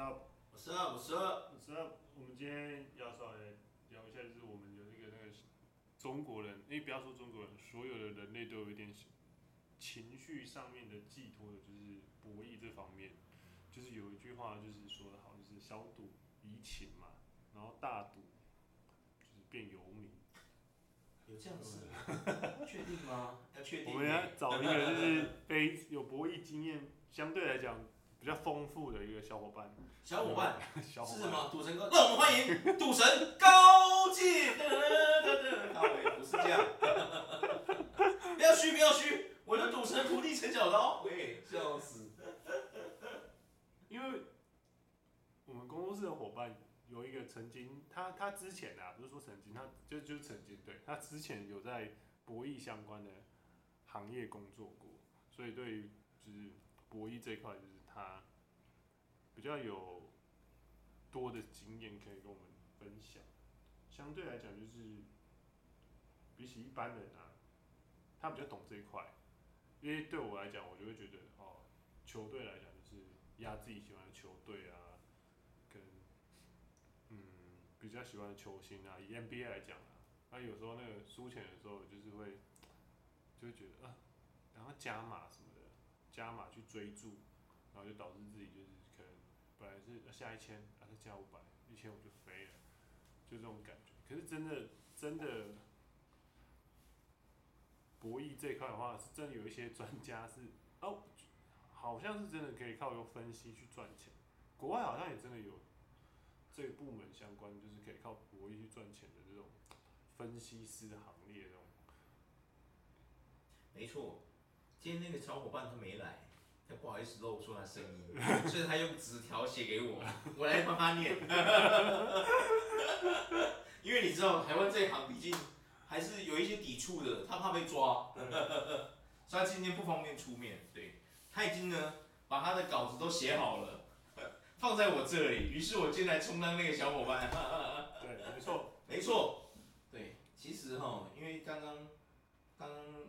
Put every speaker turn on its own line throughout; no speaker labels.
十二五十二，
主要我们今天要稍微聊一下，就是我们有一个那个中国人，因为不要说中国人，所有的人类都有一点情绪上面的寄托的，就是博弈这方面。就是有一句话，就是说的好，就是小赌怡情嘛，然后大赌就是变游民。
有这样子？确定吗？要 确定。
我们要找一个就是非有博弈经验，相对来讲比较丰富的一个小伙伴。
小伙伴
小伙
是什
伴，
么？赌神高，让我们欢迎赌神高进。大伟不是这 样，不要虚，不要虚，我的赌神徒弟陈小刀，喂，笑死。
因为我们工作室的伙伴有一个曾经，他他之前啊，不是说曾经，他就就是曾经，对他之前有在博弈相关的行业工作过，所以对于就是博弈这一块，就是他比较有多的经验可以跟我们分享。相对来讲，就是比起一般人啊，他比较懂这一块，因为对我来讲，我就会觉得哦，球队来讲就是压自己喜欢的球队啊，跟嗯比较喜欢的球星啊，以 NBA 来讲啊，那有时候那个输钱的时候，就是会就会觉得啊，然后加码什么的，加码去追逐，然后就导致自己就是可能本来是呃下一千，啊再加五百，一千我就飞了，就这种感觉。可是真的真的。博弈这一块的话，是真的有一些专家是哦，好像是真的可以靠有分析去赚钱。国外好像也真的有这个部门相关，就是可以靠博弈去赚钱的这种分析师的行列，这种
没错，今天那个小伙伴他没来，他不好意思露出他声音，所以他用纸条写给我，我来帮他念。 因为你知道台湾这一行毕竟还是有一些抵触的，他怕被抓， 所以他今天不方便出面。对他已经呢把他的稿子都写好了，放在我这里，于是我进来充当那个小伙伴。
对，没错，
没错，对，其实哈，因为刚刚刚刚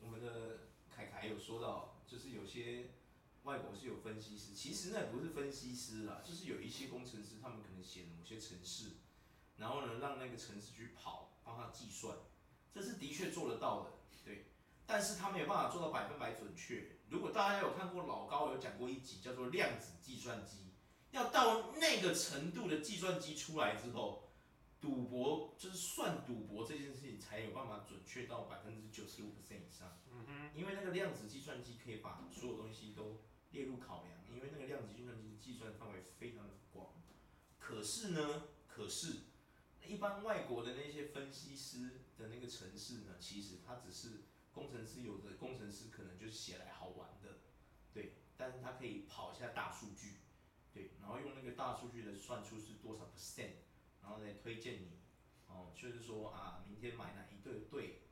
我们的凯凯有说到，就是有些外国是有分析师，其实那也不是分析师啦，就是有一些工程师，他们可能写某些程式，然后呢让那个程式去跑，帮他计算，这是的确做得到的，对。但是他没有办法做到百分百准确。如果大家有看过老高有讲过一集叫做量子计算机，要到那个程度的计算机出来之后，赌博就是算赌博这件事情才有办法准确到百分之九十五以上，
嗯哼，
因为那个量子计算机可以把所有东西都列入考量，因为那个量子计算机的计算范围非常的广。可是呢，可是一般外国的那些分析师的那个程式呢，其实它只是工程师有的工程师可能就是写来好玩的，对，但是它可以跑一下大数据，对，然后用那个大数据来算出是多少 percent。然后再推荐你，哦，就是说啊，明天买哪一对对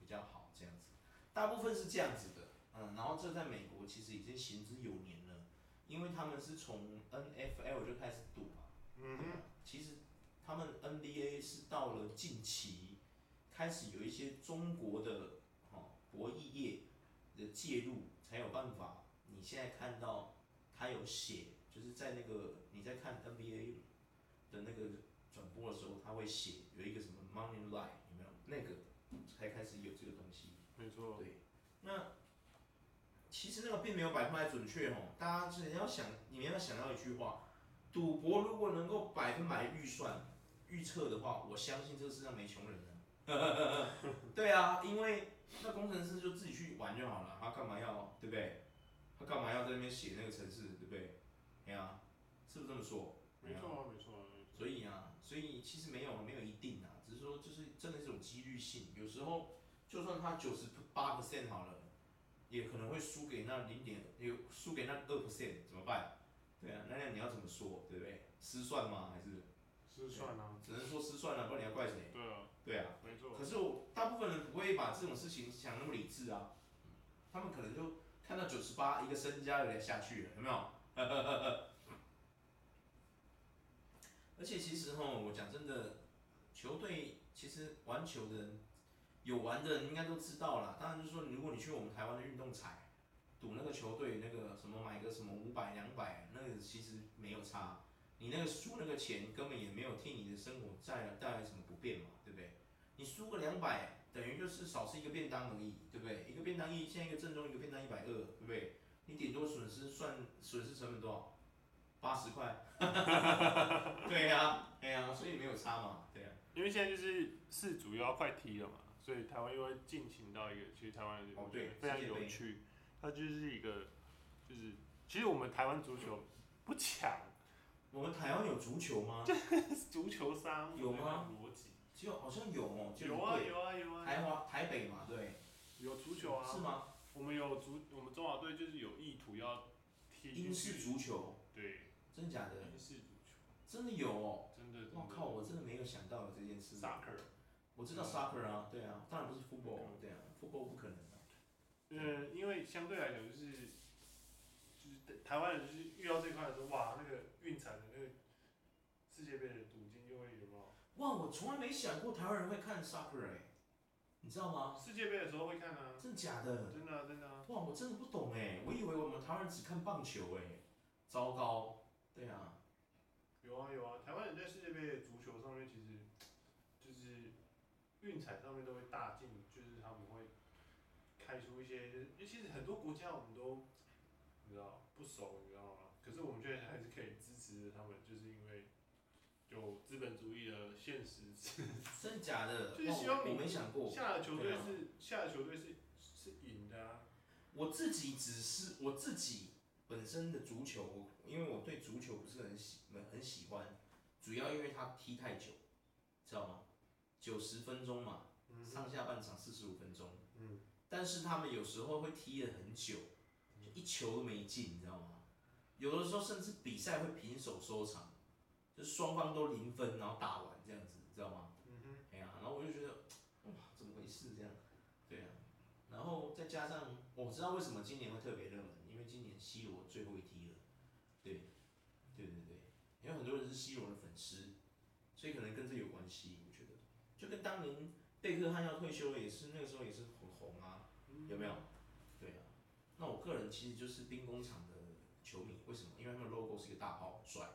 比较好这样子，大部分是这样子的，嗯，然后这在美国其实已经行之有年了，因为他们是从 NFL 就开始赌嘛，
嗯哼，
其实他们 NBA 是到了近期开始有一些中国的哦博弈业的介入，才有办法。你现在看到他有写，就是在那个你在看 NBA 的那个转播的时候，他会写有一个什么 Money Line 有没有？那个才开始有这个东西。
没错，
对，那其实那个并没有百分百准确哦。大家只要想，你们要想到一句话：赌博如果能够百分百预算预测的话，我相信这个世上没穷人了。对啊， 因为那工程师就自己去玩就好了，他干嘛要对不对？他干嘛要在那边写那个程式，对不对？哎呀、是不是这么说？
没错啊，没错啊，没错
所以啊，所以其实没有没有一定啊，只是说就是真的是种几率性，有时候就算他九十八 percent 好了，也可能会输给那零点，有输给那二 percent 怎么办？对啊，那你要怎么说，对不对？失算吗？还是
失算啊，
只能说失算了、不然你要怪谁？
对啊，
对啊，
没错
可，是我大部分人不会把这种事情想那么理智啊，他们可能就看到九十八一个身家有点下去了，有没有？ 而且其实哈，我讲真的，球队其实玩球的人，有玩的人应该都知道啦。当然就是说，如果你去我们台湾的运动彩赌那个球队那个什么买个什么五百两百，那个其实没有差。你那个输那个钱根本也没有替你的生活带来带来什么不便嘛，对不对？你输个两百，等于就是少吃一个便当而已，对不对？一个便当一，现在一个正宗一个便当一百二，对不对？你顶多损失算损失成本多少？八十块。 对呀、对呀、所以没有差嘛，对呀、
因为现在就是四组又要快踢了嘛，所以台湾又会进行到一个，其实台湾我
哦
觉
对
得非常
世界杯
有趣，它就是一个，就是其实我们台湾足球不强，
我们台湾有足球吗？
足球沙漠
有吗？
逻辑
只有好像有哦，就
有啊有啊有啊，
台湾台北嘛，对，
有足球啊
是，吗？
我们有足，我们中华队就是有意图要踢
英式足球，
对
真假的？
英式足球，
真的有哦！
真的真的
我靠，我真的没有想到有这件事。
，soccer。嗯
我知道 soccer 啊，对啊，当然不是 football，对啊，football 不可能啊。
呃，因为相对来讲就是，就是台湾人就是遇到这一块的时候，哇，那个运彩的那个世界杯的赌金就会有没有？
哇，我从来没想过台湾人会看 soccer 哎、你知道吗？
世界杯的时候会看啊，
真假的？
真的啊、真的啊、
哇，我真的不懂哎、我以为我们台湾人只看棒球哎、糟糕。对啊，
有啊有啊，台湾人在世界杯的足球上面其实就是运彩上面都会大进，就是他们会开出一些，就是因为其实很多国家我们都你知道不熟，你知道吗？可是我们却还是可以支持他们，就是因为有资本主义的现实
真假的？
就是
哇
希望
我
你
我没想过。
下的球队
对啊
是、下的球队是是赢的啊，
我自己只是我自己本身的足球，我因为我对足球不是很喜很喜欢，主要因为它踢太久，知道吗？九十分钟嘛，
嗯
上下半场四十五分钟，
嗯，
但是他们有时候会踢得很久，就一球都没进，你知道吗？有的时候甚至比赛会平手收场，就是双方都零分，然后打完这样子，你知道吗？
嗯哼，
哎呀，然后我就觉得，哇，怎么回事这样？对啊，然后再加上我知道为什么今年会特别热门，因为今年 C 罗最后一踢了，对，对对对，因为很多人是 C 罗的粉丝，所以可能跟这有关系，我觉得就跟当年贝克汉要退休了也是那个时候也是很红啊，
嗯
有没有？对啊，那我个人其实就是兵工厂的球迷，为什么？因为他们 logo 是一个大炮， 帅。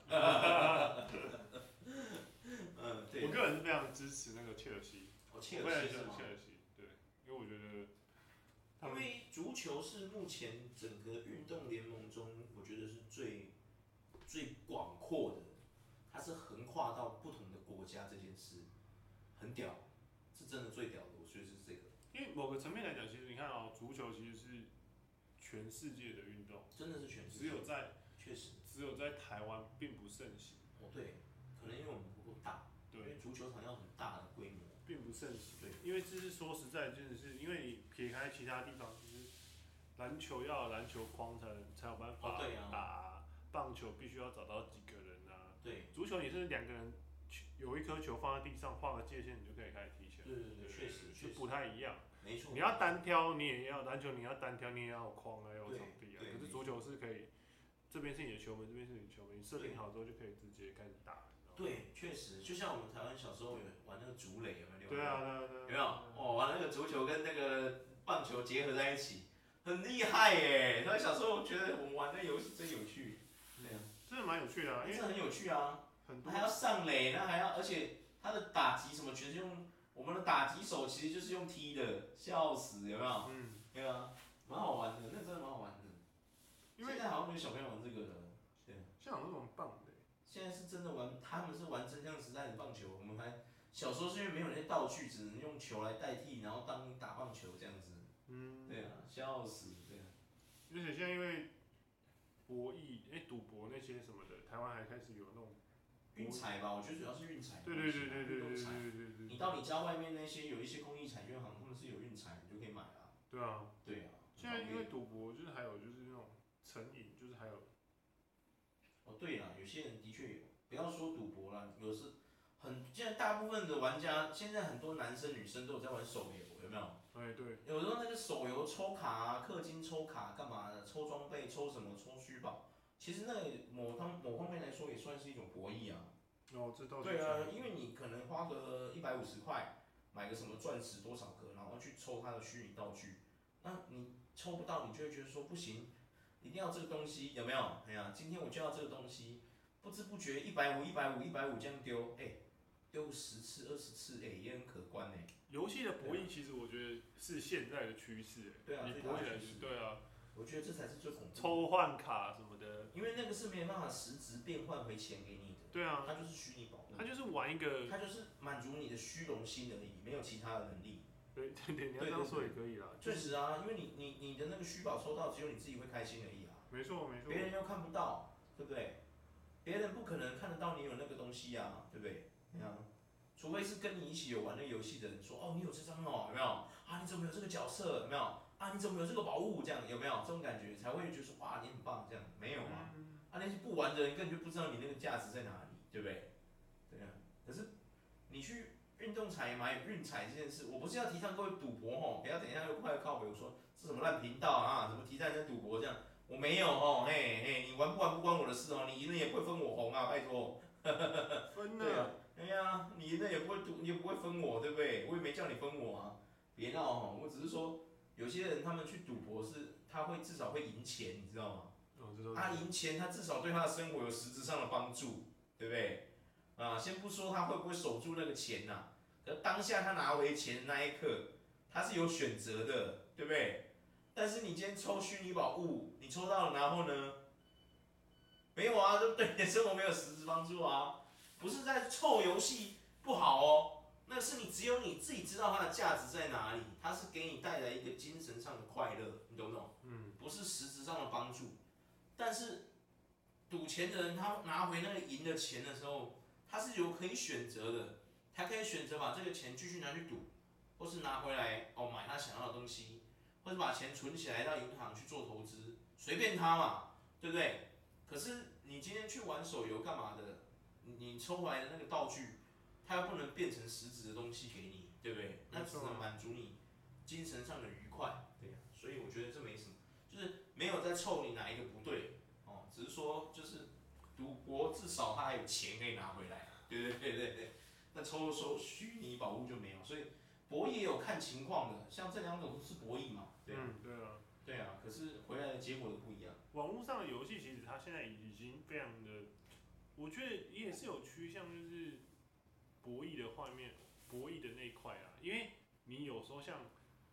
嗯，对，
我个人是非常支持那个切尔西，
我
我
切
非
尔
常
西
喜
是
欢
吗
切？尔西，对，因为我觉得他
因
们
为足球是目前整个运动联盟中，我觉得是最最广阔的，它是横跨到不同的国家这件事，很屌，是真的最屌的，我觉得是这个，
因为某个层面来讲，其实你看哦，足球其实是全世界的运动，
真的是全世
只
界
有在
确实，
只有在台湾并不盛行，
哦对，可能因为我们不够大，因为
对，
足球场要很大的规模，
并不盛行，
对，
因为这是说实在，真的是因为你撇开其他地方，其实篮球要有篮球框才能才有办
哦
法
对啊
打、棒球必须要找到几个人啊。
对，
足球你是两个人去有一颗球放在地上画个界限，你就可以开始踢球，
对对对，确实确
就
实
不，太一样。
没错，
你要单挑，你也要篮球，你要单挑，你也要有框啊，要有
对
场地啊
对。
可
没
是足球是可以，这边是你的球门，这边是你的球门，你设定好之后就可以直接开始打。你知道吗
对，确实，就像我们台湾小时候有玩那个竹垒，有没有？
对啊，对啊，对啊。
有没有？哦，玩那个足球跟那个棒球结合在一起，很厉害耶！那小时候我觉得我们玩那游戏真有趣，对啊，
真的蛮有趣的啊，因
真
为
的很有趣啊！
很多
还要上垒，那还要，而且他的打击什么全是用我们的打击手，其实就是用踢的，笑死，有没有？
嗯，
对啊，蛮好玩的，那真的蛮好玩的。
因为
现在好像没有小朋友玩这个了，对啊。
像有那种棒的，
现在是真的玩，他们是玩真枪实弹的棒球，我们还小时候是因为没有那些道具，只能用球来代替，然后当打棒球这样子。
嗯，
对啊，笑死，对啊，
而且现在因为博弈，哎，赌博那些什么的，台湾还开始有那种，
运彩吧，我觉得主要是运彩的
对
东
对
西
对对对
啊。
对
运动
对
彩
对对对，
你到你家外面那些有一些公益彩券行，他们是有运彩，你就可以买啊。
对啊，
对啊，
现在因
很方
为
便
赌博，就是还有就是那种成瘾，就是还有
哦对啊，有些人的确有，不要说赌博啦，有时很现在大部分的玩家，现在很多男生女生都有在玩手游，有没有？
哎对，
有时候那个手游抽卡啊、氪金抽卡干嘛的，抽装备、抽什么、抽虚宝，其实那个某方某方面来说也算是一种博弈啊。
哦这倒是
对啊，
真的
因为你可能花个一百五十块买个什么钻石多少颗，然后去抽它的虚拟道具，那你抽不到，你就会觉得说不行，一定要这个东西，有没有？哎呀、今天我就要这个东西，不知不觉一百五、一百五、一百五这样丢，哎、丢十次、二十次，哎、也很可观呢、
游戏的博弈其实我觉得是现在的趋势、
啊
欸
对啊
你
最大
博
的
弈来
趋势
对啊，
我觉得这才是最恐怖的，
抽换卡什么的，
因为那个是没办法实质变换回钱给你的，
对啊，
它就是虚拟宝物
他，就是玩一个，
它就是满足你的虚荣心而已，没有其他的能力。
对对对，你要这样说也可以啦，就
确
是
实啊，因为你你你的那个虚宝抽到，只有你自己会开心而已啊，
没错没错
别，人又看不到，对不对？别人不可能看得到你有那个东西啊，对不对？对啊，除非是跟你一起有玩那个游戏的人说，哦，你有这张哦，有没有？啊，你怎么有这个角色？有没有？啊，你怎么有这个宝物？这样有没有？这种感觉才会觉得说，哇，你很棒，这样没有啊？
嗯
啊，那些不玩的人根本就不知道你那个价值在哪里，对不对？对啊，可是你去运动彩买运彩这件事，我不是要提倡各位赌博哦吼，不要等一下又快靠北我说这什么烂频道啊，什么提倡人家赌博这样，我没有吼，嘿嘿，你玩不玩不关我的事哦，你赢了也不会分我红啊，拜托。
分
对啊
了，，
哎呀，你赢了也不会赌，你也不会分我，对不对？我也没叫你分我啊，别闹吼，我只是说有些人他们去赌博是他会至少会赢钱，你知道吗？
哦这都
他赢钱，他至少对他的生活有实质上的帮助，对不对？啊，先不说他会不会守住那个钱呐、可当下他拿回钱的那一刻，他是有选择的，对不对？但是你今天抽虚拟宝物，你抽到了，然后呢？没有啊，就对你的生活没有实质帮助啊，不是在臭游戏不好哦，那是你只有你自己知道它的价值在哪里，它是给你带来一个精神上的快乐，你懂不懂？
嗯
不是实质上的帮助，但是赌钱的人他拿回那个赢的钱的时候，他是有可以选择的，他可以选择把这个钱继续拿去赌，或是拿回来哦买他想要的东西，或是把钱存起来到银行去做投资，随便他嘛，对不对？可是你今天去玩手游干嘛的？你你抽回来的那个道具，它又不能变成实质的东西给你，对不对？那
没
只
错
能满足你精神上的愉快，对呀、所以我觉得这没什么，就是没有在臭你哪一个不对哦，只是说就是赌博至少他还有钱可以拿回来，对对对对对。那抽抽虚拟宝物就没有，所以博弈也有看情况的，像这两种都是博弈嘛，对啊、
嗯对啊。
对啊，可是回来的结果都不一样。
网络上的游戏其实它现在已经非常的，我觉得也是有趋向，就是博弈的画面，博弈的那一块啊，因为你有时候像，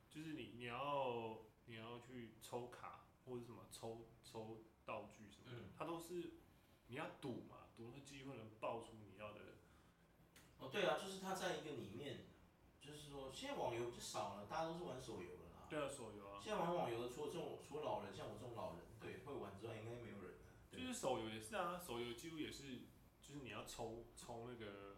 就是你你要你要去抽卡或者什么抽抽道具什么的
嗯，
它都是你要赌嘛，赌那机会能爆出你要的，
哦，对啊，就是他在一个里面，就是说现在网游就少了，大家都是玩手游了啦。
对啊，手游啊，
现在玩网游的，除了这种，除了老人，像我这种老人，对，会玩之外，应该没有人了。
就
对
是手游也是啊，手游几乎也是，就是你要抽抽那个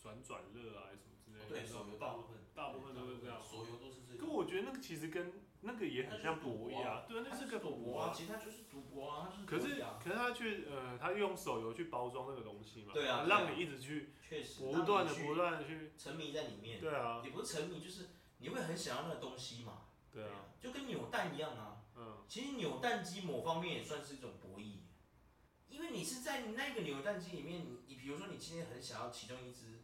转转乐啊，还是什么之类
哦
的，
对，
那
手
种
游大
爆
部分，
大部分都是这样
手游都是这
可
个。
我觉得那个其实跟那个也很像博弈啊，对，那
哦它
是
就
个
是赌
博
博啊，。其实它就是赌博啊，它
可
就是是博弈啊。
可是他去呃，他用手游去包装那个东西嘛，
对啊对啊
让你一直去
确实，
不断的
让你去
不断的去，
沉迷在里面，
对啊
也不是沉迷，就是你会很想要那个东西嘛。
对啊，，
就跟扭蛋一样啊。
嗯，
其实扭蛋机某方面也算是一种博弈，因为你是在那个扭蛋机里面，你你比如说你今天很想要其中一只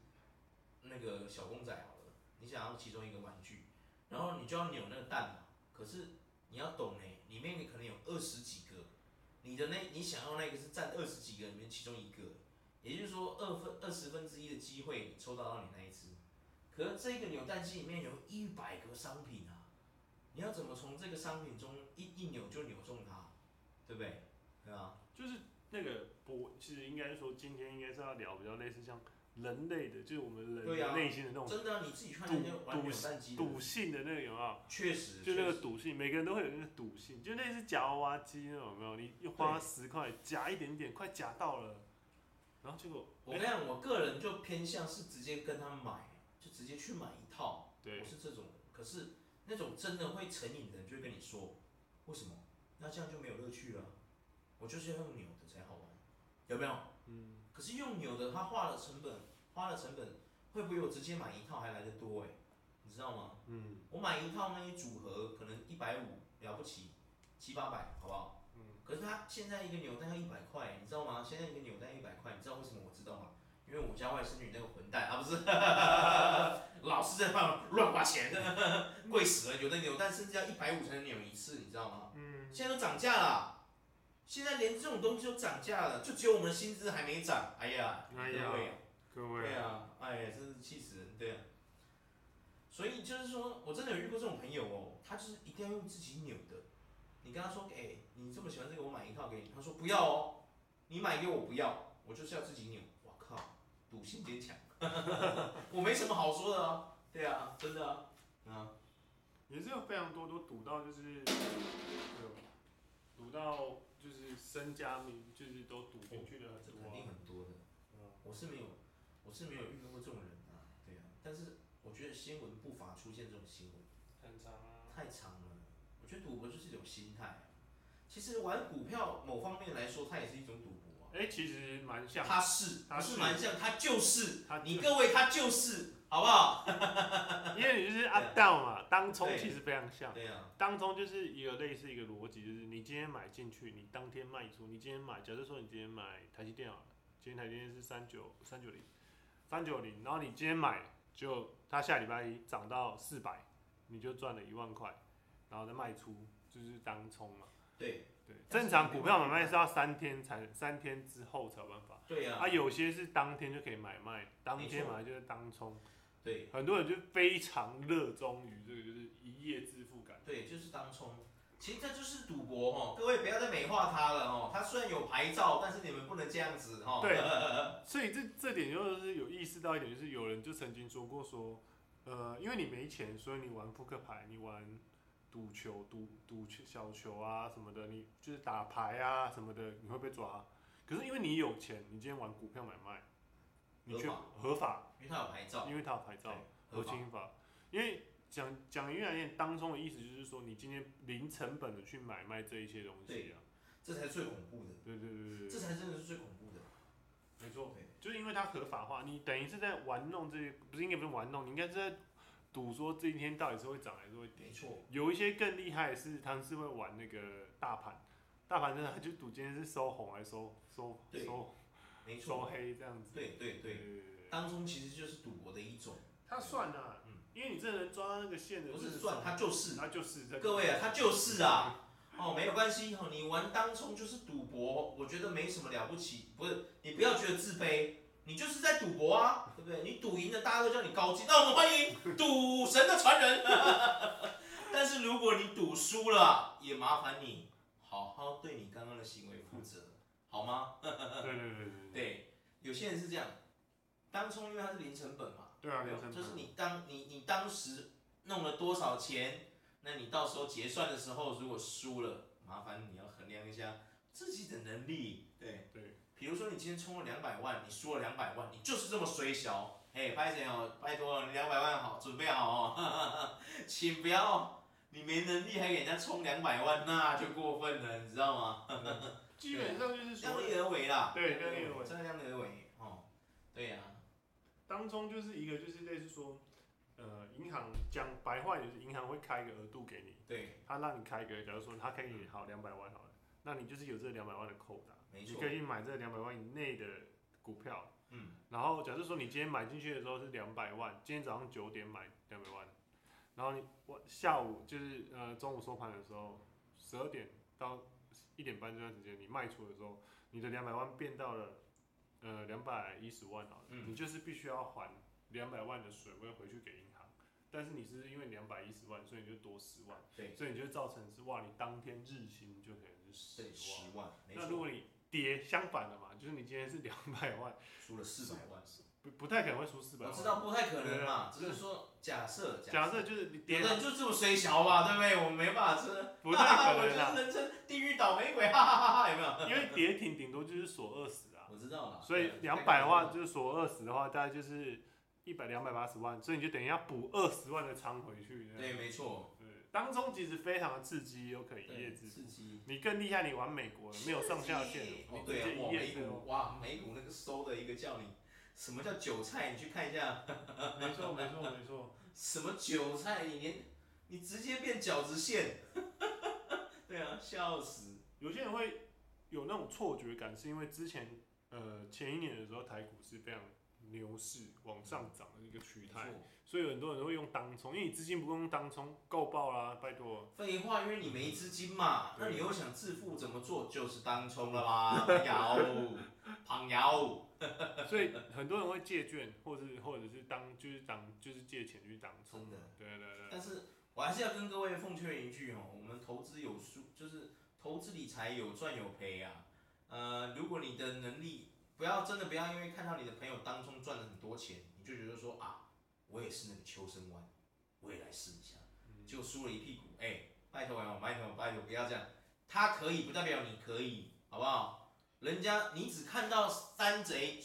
那个小公仔好了，你想要其中一个玩具，然后你就要扭那个蛋嘛。可是你要懂呢、里面可能有二十几个，你的那你想要那个是占二十几个里面其中一个，也就是说二分二十分之一的机会你抽到到你那一只。可是这个扭蛋机里面有一百个商品啊，你要怎么从这个商品中一一扭就扭中它，对不对？对啊，
就是那个博，其实应该说今天应该是要聊比较类似像人类的，就是我们人
对啊
的内心的那种
真的啊、你自己看人家玩扭蛋机的，
赌性的那个有没有？
确实，
就那
确
个
实
赌性，每个人都会有那个赌性，就类似夹娃娃机那种有没有？你又花十块夹一点点，快夹到了，然后结果
我跟你讲，我个人就偏向是直接跟他买，就直接去买一套，
对
我是这种人。可是那种真的会成瘾的人就会跟你说，为什么？那这样就没有乐趣了啊。我就是要用扭的才好玩，有没有？
嗯。
可是用扭的，他花了成本，花了成本会不会我直接买一套还来得多哎、你知道吗？
嗯
我买一套那一组合，可能一百五了不起，七八百，好不好？
嗯，
可是它现在一个扭蛋要一百块，你知道吗？现在一个扭蛋一百块，你知道为什么我知道吗？因为我家外甥女那个混蛋啊，不是，老是在那乱花钱， 贵死了。有的扭蛋甚至要一百五才能扭一次，你知道吗？
嗯，
现在都涨价了，现在连这种东西都涨价了，就只有我们薪资还没涨。哎呀，
哎
各位
呀
啊，
各位
对，啊，哎呀，真是气死人，对啊。所以就是说，我真的有遇过这种朋友哦，他就是一定要用自己扭的。你跟他说，哎、你这么喜欢这个，我买一套给你。他说不要哦，你买给我不要，我就是要自己扭。我靠，赌性坚强， 我没什么好说的啊。对啊，真的啊，啊，
也是有非常多都赌到就是，哎呦赌到就是身家名就是都赌进去的
哦这
很
肯
多
定
啊、
很多的。
嗯
我是没有，我是没有遇到过这种人啊。对啊，但是我觉得新闻不乏出现这种新闻。
很长啊。
太长了。我觉得赌博就是一种心态啊。其实玩股票某方面来说，它也是一种赌博啊。
哎、其实蛮像，
它是，
它
不
是
是蛮像，它就是
它。
你
就
各位，它就是，好不好？
因为你就是 up down 嘛，当冲
对
其实非常像。
对啊，
当冲就是一个类似一个逻辑，就是你今天买进去，你当天卖出。你今天买，假设说你今天买台积电好了，今天台积电是三九三九零，三九零，然后你今天买，就它下礼拜一涨到四百，你就赚了一万块，然后再卖出，就是当冲嘛。
对
对，正
但是
常
你没
股
有
票买
办法
卖是要三天才，三天之后才有办法。
对啊
啊，，有些是当天就可以买卖，当
没
天
错
买就是当冲。
对
很多人就非常热衷于这个，就是一夜致富感。
对，就是当冲。其实这就是赌博哦，各位不要再美化它了哦。它虽然有牌照，但是你们不能这样子哦。
对所以这这点就是有意识到一点，就是有人就曾经说过说，呃，因为你没钱，所以你玩扑克牌，你玩赌球、赌赌球小球啊什么的，你就是打牌啊什么的，你会被抓。可是因为你有钱，你今天玩股票买卖，你却合
合法
法，
因为它有牌照，
因为它有牌照
对，
合
合法。
情法。因为讲讲越来越当中的意思就是说，你今天零成本的去买卖这一些东西啊，
这才是最恐怖的，
对对对对
这
对，
才真的是最恐怖的。
没错。
对，
就是因为它合法化，你等于是在玩弄这些，不是应该不是玩弄，你应该是在赌说这一天到底是会涨还是会跌
没。错，
有一些更厉害的是，他们是会玩那个大盘，大盘真的他就赌今天是收红还是收收
对
收
没
收
错，
黑这样子。
对对对，
对
当冲其实就是赌博的一种。
他算啊
嗯，
因为你真的能抓到那个线的，
不是算，他就是
他就是这个
各位啊，他就是啊。哦，没有关系哦，你玩当冲就是赌博，我觉得没什么了不起。不是，你不要觉得自卑，你就是在赌博啊，对不对？你赌赢了，大家都叫你高级，那我们欢迎赌神的传人。 但是如果你赌输了，也麻烦你好好对你刚刚的行为负责，好吗？
对对对对对
对，有些人是这样，当冲因为它是零成本嘛，
对啊，
没
人
有
生
就是你当你你当时弄了多少钱，那你到时候结算的时候如果输了，麻烦你要衡量一下自己的能力。对
对，
比如说你今天充了两百万，你输了两百万，你就是这么衰小。哎，拍谁哦？拜托，你两百万好，准备好哦， 请不要，你没能力还给人家充两百万，那就过分了，你知道吗？
基本上就是
量
说
力而为啦，
对量力而为
真的量力而为哦。对呀、
当中就是一个就是类似说，呃，银行讲白话就是银行会开一个额度给你，
对，
他让你开一个，假如说他开给你好两百万好了，那你就是有这两百万的扣打，
没
你
错
可，以去买这两百万以内的股票。
嗯，
然后假设说你今天买进去的时候是两百万，今天早上九点买两百万，然后你我下午就是呃中午收盘的时候，十二点到一点半这段时间你卖出的时候，你的两百万变到了呃两百一十万好了，
嗯
你就是必须要还两百万的水位回去给银行，但是你是因为两百一十万，所以你就多十万，
对
所以你就造成是哇，你当天日薪就可能是
对，
十万，
十万，没
那如
错，
果你跌相反的嘛，就是你今天是两百万。
输了四百万，
不不太可能会输四百
我
万。
知道不太可能嘛，
啊对啊
只是说假设，
假设就是你跌啊
有的人就这么衰小嘛，对不对？我们没办法吃，
不太可
我
能啦
就是人生地狱倒霉鬼，哈哈哈哈，有没有？
因为跌停顶多就是锁二十啊，
我知道了，
所以
对啊
两百万，就是锁二十的话，大概就是一百两百八十万，所以你就等于要补二十万的仓回去。这样
对，没错，
对，当中其实非常的刺激，又可以一夜
对，
致富。
刺激，
你更厉害，你玩美国的没有上下限的，
哦
你直
对
接
啊，
一
哇，
夜
美
致
股，
富。
哇，美股那个收的一个叫你。什么叫韭菜？你去看一下，
没错没错没错，
什么韭菜？你连你直接变饺子馅， 对啊，笑死。
有些人会有那种错觉感，是因为之前呃前一年的时候台股是非常牛市往上涨的一个趋
没
态，
错，
所以很多人会用当冲，因为你资金不够用当冲够爆啦，拜托，
废话，因为你没资金嘛，那
对
你又想致富怎么做？就是当冲了啦，朋友，朋友，
所以很多人会借券，或是或者是当就是当就是借钱去当冲，
真的。
对啊对对，
但是我还是要跟各位奉劝一句哦，我们投资有输，就是投资理财有赚有赔啊。呃，如果你的能力不要真的不要因为看到你的朋友当中赚了很多钱，你就觉得说啊，我也是那个秋生湾，我也来试一下，就输了一屁股。哎、拜托啊，拜托拜托，不要这样。他可以不代表你可以，好不好？人家你只看到山贼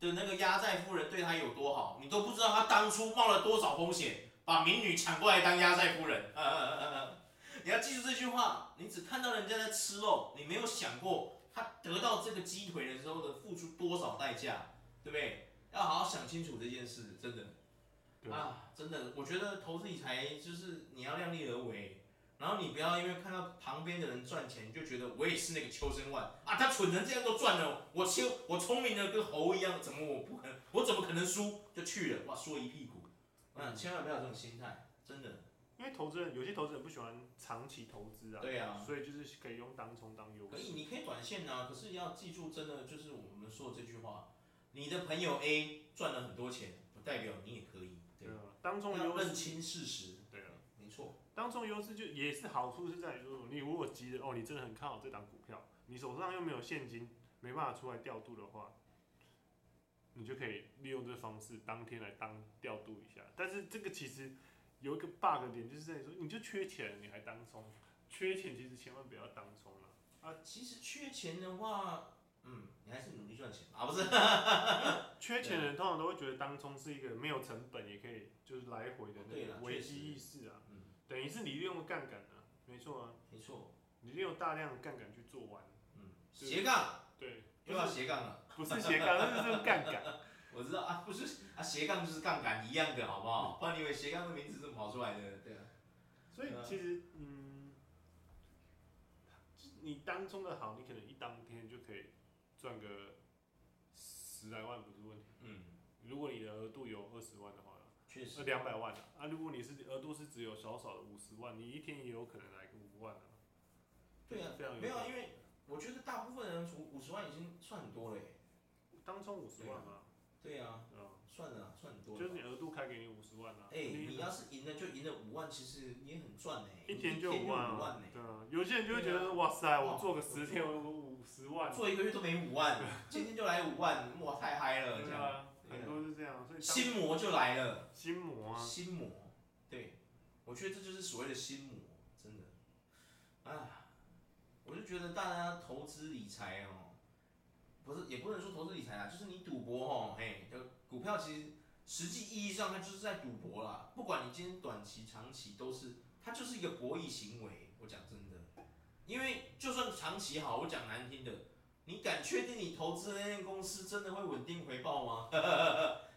的那个压寨夫人对他有多好，你都不知道他当初冒了多少风险。把民女抢过来当压寨夫人。呃你要记住这句话，你只看到人家在吃肉，你没有想过他得到这个鸡腿的时候的付出多少代价，对不对？要好好想清楚这件事，真的
对
啊，真的，我觉得投资理财就是你要量力而为，然后你不要因为看到旁边的人赚钱，你就觉得我也是那个秋生万啊，他蠢成这样都赚了，我秋我聪明的跟猴一样，怎么我不可能，我怎么可能输？就去了，哇，输了一屁股。嗯，千万不要有这种心态，真的。
因为投资人有些投资人不喜欢长期投资啊，
对啊，
所以就是可以用当冲当优
可以，
势，
你可以短线啊，可是要记住，真的就是我们说的这句话，你的朋友 A 赚了很多钱，不代表你也可以，对
对，啊，当冲
要
优
认
势，
清事实，
对啊。
没错，
当中优势就也是好处是在于说，你如果急着哦，你真的很看好这档股票，你手上又没有现金，没办法出来调度的话，你就可以利用这方式当天来当调度一下。但是这个其实有一个 bug 点，就是在于说，你就缺钱，你还当冲，缺钱其实千万不要当冲了。
啊其实缺钱的话，嗯，你还是努力赚钱啊，不是？
缺钱的人通常都会觉得当冲是一个没有成本，也可以就是来回的那
对
个
啦
危
确
机
实
意识啊，
嗯，
等于是你利用了杠杆啊，没错啊，
没错，
你利用大量的杠杆去做完，
嗯，
对
斜杠
对，
又要斜杠了，
不是斜杠，那是杠杆。
我知道啊，不是啊，斜杠就是杠杆一样的，好不好？不然你以为斜杠的名字是怎么跑出来的？对啊，
所以其实，嗯，你当中的好，你可能一当天就可以赚个十来万不是问题。
嗯，
如果你的额度有二十万的话，
确实
呃，，两百万啊。啊，如果你是额度是只有少少的五十万，你一天也有可能来个五万啊。
对啊
非常
没有啊
可能
因为我觉得大部分人除五十万已经算很多了耶，
当中五十万嘛，
对啊，
嗯，
算了啊，算很多
就是
了吧。
你额度开给你五十万啊。
哎、你要是赢了就赢了五万，其实你也很赚呢、
一
你
天就
五
五万啊，
呢、
对啊，有些人就会觉得哇塞，我做个十天，我有五十万，
做一个月都没五万，今天就来五万，哇，太嗨了，这
对
样，
啊，很多是这样，所以当
心魔就来了，
心魔啊，
心魔，对，我觉得这就是所谓的心魔，真的，啊，我就觉得大家投资理财哦，不是也不能说投资理财啦，就是你赌博哦，嘿，就股票其实实际意义上它就是在赌博啦，不管你今天短期、长期都是，它就是一个博弈行为。我讲真的，因为就算长期好，我讲难听的，你敢确定你投资的那间公司真的会稳定回报吗？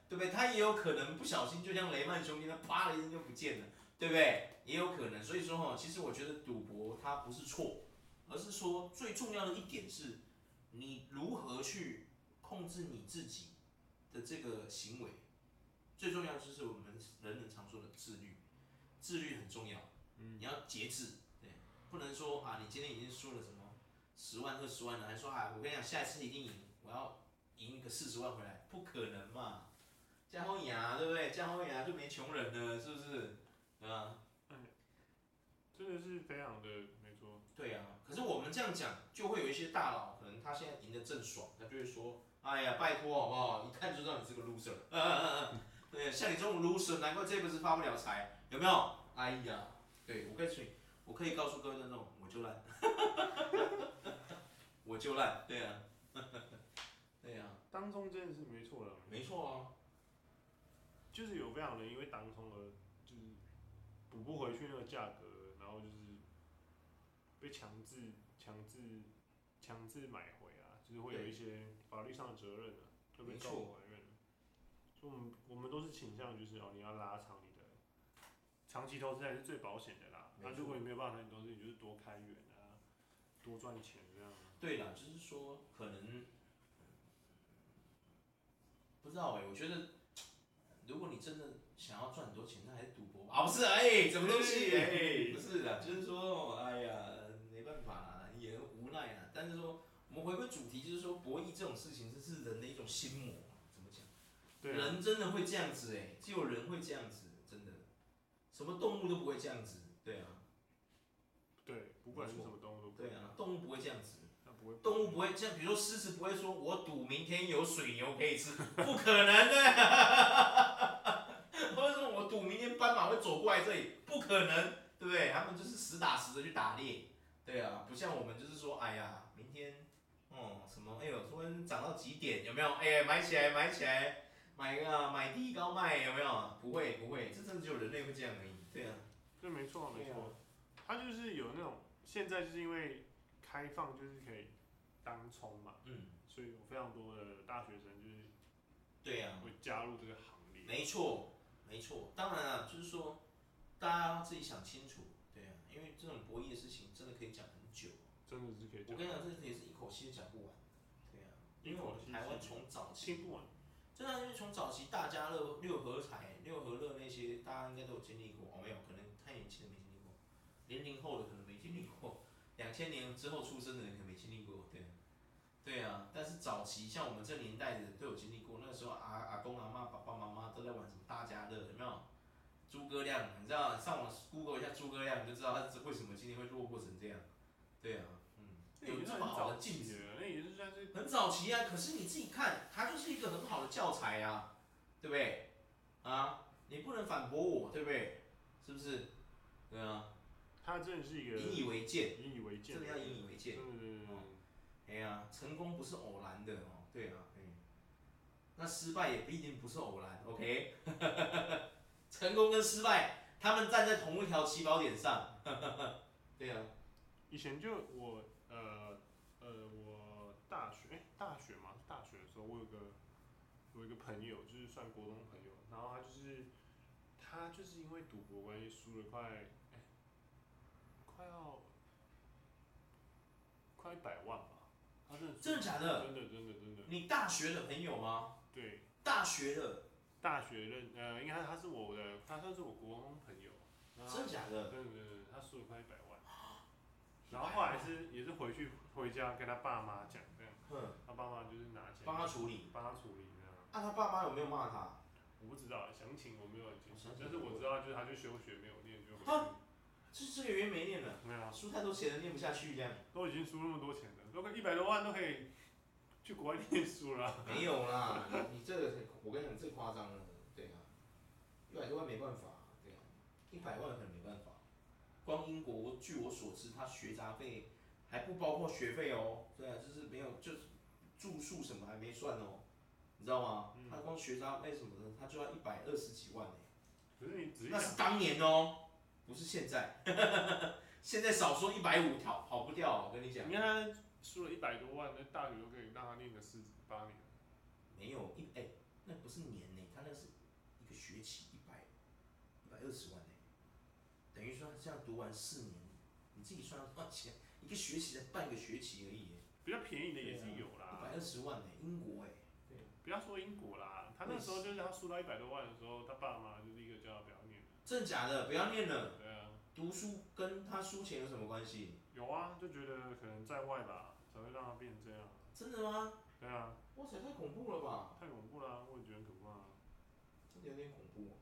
对不对？它也有可能不小心，就像雷曼兄弟，它啪的一声就不见了，对不对？也有可能。所以说哈，其实我觉得赌博它不是错，而是说最重要的一点是，你如何去控制你自己的这个行为。最重要就是我们人人常说的自律，自律很重要，你要节制，对，不能说啊，你今天已经输了什么十万、二十万了，还说啊，我跟你讲，下一次一定赢，我要赢一个四十万回来，不可能嘛，加后牙啊对不对？加后牙就没穷人了，是不是？对啊，
真的是非常的没错，
对啊，可是我们这样讲，就会有一些大佬，可能他现在赢得正爽，他就会说：“哎呀，拜托好不好？一看就知道你是个 loser。嗯 嗯嗯”对，像你这种 loser，难怪这辈子发不了财，有没有？哎呀，对我可以去，我可以告诉各位观众，我就烂， 我就烂，对啊， 对啊，
当中真的是没错了，
没错啊，
就是有非常人因为当中而就是补不回去那个价格，然后就是被强制、强制、强制买回啊，就是会有一些法律上的责任啊，会被
没
告
错
法院啊。所以我们我们都是倾向就是哦，你要拉长你的长期投资才是最保险的啦。
没
那、
错
如果你没有办法长期投资，你就是多开源啊，多赚钱这样啊。
对啦，就是说可能不不知道哎、我觉得如果你真的想要赚很多钱，那还是赌博吧。啊，不是哎、什么东西哎、不是的，就是说，哎呀，没办法啦，也无奈啦。但是说，我们回归主题，就是说博弈这种事情，这是人的一种心魔啊，怎么讲？
对啊，
人真的会这样子哎、只有人会这样子，真的，什么动物都不会这样子，对啊，
对，不管是什么动物都不一
对
样
啊，，动物不会这样子。
它不会
动物不会像，比如说狮子不会说“我赌明天有水牛可以吃”， 不可能的。 或者说我赌明天斑马会走过来这里，不可能，对不对？他们就是实打实的去打猎，对啊，不像我们就是说，哎呀，明天，哦、什么，哎呦，昨天涨到几点，有没有？哎，买起来，买起来，买个买低高卖，有没有？不会，不会，这真的只有人类会这样而已，对啊，
对，没错，没
对啊
错，它就是有那种现在就是因为开放就是可以当冲嘛，
嗯，
所以有非常多的大学生就是
对啊。
会加入这个行列。
没错，没错。当然啊，就是说大家自己想清楚，对啊，因为这种博弈的事情真的可以讲很久。
真的是可以
我
讲
跟你讲，这也是一口气讲不完，对啊，因为我们台湾从早
听
期，
不完，
真的因为从早期大家乐、六合彩、六合乐那些，大家应该都有经历过，哦，没有，可能太年轻的没经历过，零零后的可能没经历过，两千年之后出生的人可能没经历过，对啊。对啊，但是早期像我们这年代的人都有经历过，那时候阿阿公阿妈爸爸妈妈都在玩什么大家乐，有没有？诸葛亮，你知道上网 Google 一下诸葛亮，你就知道他是为什么今天会落魄成这样。对啊，嗯，
那
有
也
这
算
么
很
好
早
的镜
期
子，
的，那也是算是
很早期啊，可是你自己看，它就是一个很好的教材啊，对不对？啊，你不能反驳我，对不对？是不是？对啊，
它真的是一个
引以为戒，
引以为戒，
真的要引以为戒。
真的
哎呀，成功不是偶然的哦，对啊，嗯，那失败也不一定不是偶然，OK？成功跟失败，他们站在同一条起跑点上， 对啊，
以前就我呃呃，我大学哎、大学嘛，大学的时候我有个我有一个朋友，就是算国中朋友，然后他就是他就是因为赌博关系输了快哎、快要快一百万吧，他真的输
真的假的？
真的真的真的
你大学的朋友吗？
对
大学的，
大学认呃，应该他是我的，他算是我国中朋友，然后
真的假的？
对对对，他输了快一百万，然后后来是也是回去回家跟他爸妈讲这样，
哼，
他爸妈就是拿钱
帮他处理。
帮他处理这样，
啊，他爸妈有没有骂他？
我不知道详情我没有很清楚
哦详，情
但是我知道就是他去休学没有念就回
啊
去，
这这个月没念了，
没有啊，
书太多写了，念不下去这样。
都已经输那么多钱了，都一百多万都可以去国外念书了，
没有啦，你你这个我跟你讲，这夸张了，对啊，一百多万没办法，对啊，一百万可能没办法。光英国，据我所知，他学杂费还不包括学费哦，对啊，就是没有，就是住宿什么还没算哦，你知道吗？他光学杂费什么的，他就要一百二十几万呢、
可是你仔细
那
想，
是当年哦，不是现在， 现在少说一百五跑跑不掉，哦我跟你讲。
你看他输了一百多万，那大学都可以让他念个四八年，
没有一哎、那不是年呢、他那是一个学期一百一百二十万呢、等于说他这样读完四年，你自己算算钱，一个学期才半个学期而已、欸，
比较便宜的也是
对啊
有
一
啦，
百二十万呢、英国哎、
不要说英国啦，他那时候就是他输到一百多万的时候，他爸妈就立刻叫他不要念了。
真的假的？不要念了，
对啊，
读书跟他输钱有什么关系？
有啊，就觉得可能在外吧，才会让他变成这样。
真的吗？
对啊，
哇塞，太恐怖了吧！
太恐怖啦、我也觉得很可怕、啊。
真的有点恐怖、哦。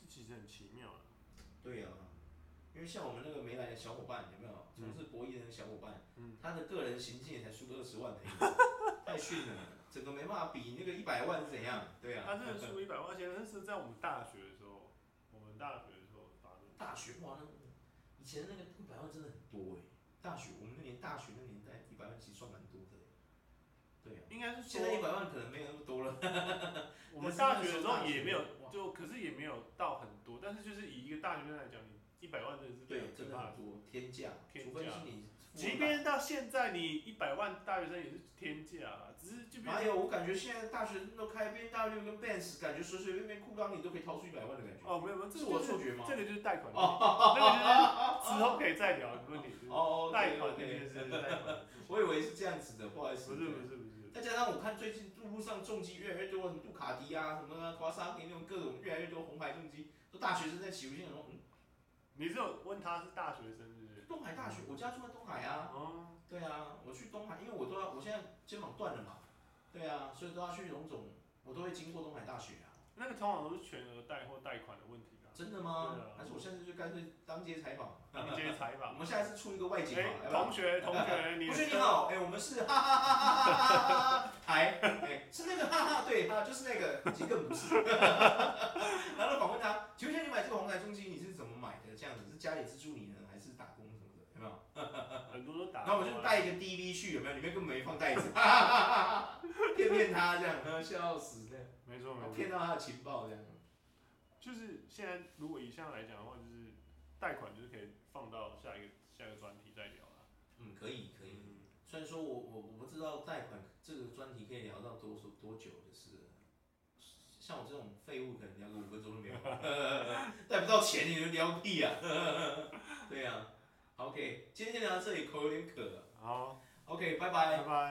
这其实很奇妙啊。
对呀、因为像我们那个没来的小伙伴，有没有从事博弈的那个小伙伴，
嗯
他的个人行径也才输个二十万而已，太逊了，整个没办法比那个一百万是怎样？对啊，
他真的输一百万钱，那是在我们大学的时候，我们大学的时候发生的。
大学哇，那以前那个一百万真的很多哎、大学我们那年大学那年代一百万其实算蛮多的、欸对啊，
应该是
现在一
说
百万可能没有那么多了，
我们大学的时候也没有
但是那时候大学，
就可是也没有到很多，但是就是以一个大学生来讲，你一百万真的是非
对，
常
真
可
的
怕的
很多天价，
天价
除非是你富
即
二代
便到现在，你一百万大学生也是天价啊，只是就变
哪有？我感觉现在大学生都开边大六跟 Benz，感觉随随便便裤裆里都可以掏出一百万的感觉。
哦，没有没有，这
这是
个
我
就
的
是
错觉吗？
这个就是贷款的问题，那个就是之后可以再聊的问题，就是
哦，
贷款这件
对对
事，贷
对，
款的事情
我以为是这样子的，不好意思。 啊
不是不是不是，
大加上我看最近路路上重机越来越多，什么杜卡迪啊，什么华沙那种各种越来越多红牌重机，都大学生在骑。我心想说，嗯，
你是有问他是大学生是不是？
东海大学，我家住在东海啊，
哦，
对啊，我去东海，因为我都要，我现在肩膀断了嘛，对啊，所以都要去龙总，我都会经过东海大学啊。
那个通常都是全额贷或贷款的问题啊。
真的吗
对啊？
还是我下次就干脆当街采访？
你接采
我
访。
们下一次出一个外景好，
哎，
来吧
同。 学同学，你
同学你好，哎，我们是哈哈哈哈哈哈哈哈台，哎，是那个哈哈，对，啊，就是那个，其实更不是。然后访问他，请问一下你买这个红台中机你是怎么买的？这样子是家里资助你呢，还是打工什么的？有没有？
很多都打。
然后我就带一个 DV 去，有没有？里面根本没放袋子，哈哈哈哈哈哈骗骗他这样，嗯笑死这样，
没错没错。
骗到他的情报这样。
就是现在，如果以现在来讲的话，就是贷款就是可以放到下一个下一个专题再聊啦。
嗯，可以可以。
嗯，
虽然说我我我不知道贷款这个专题可以聊到多多久的事，像我这种废物可能聊个五分钟都没有，贷不到钱你就聊屁啊！对呀、啊、，OK，今天先聊到这里，口有点渴了
好，
，OK，拜拜
拜。拜。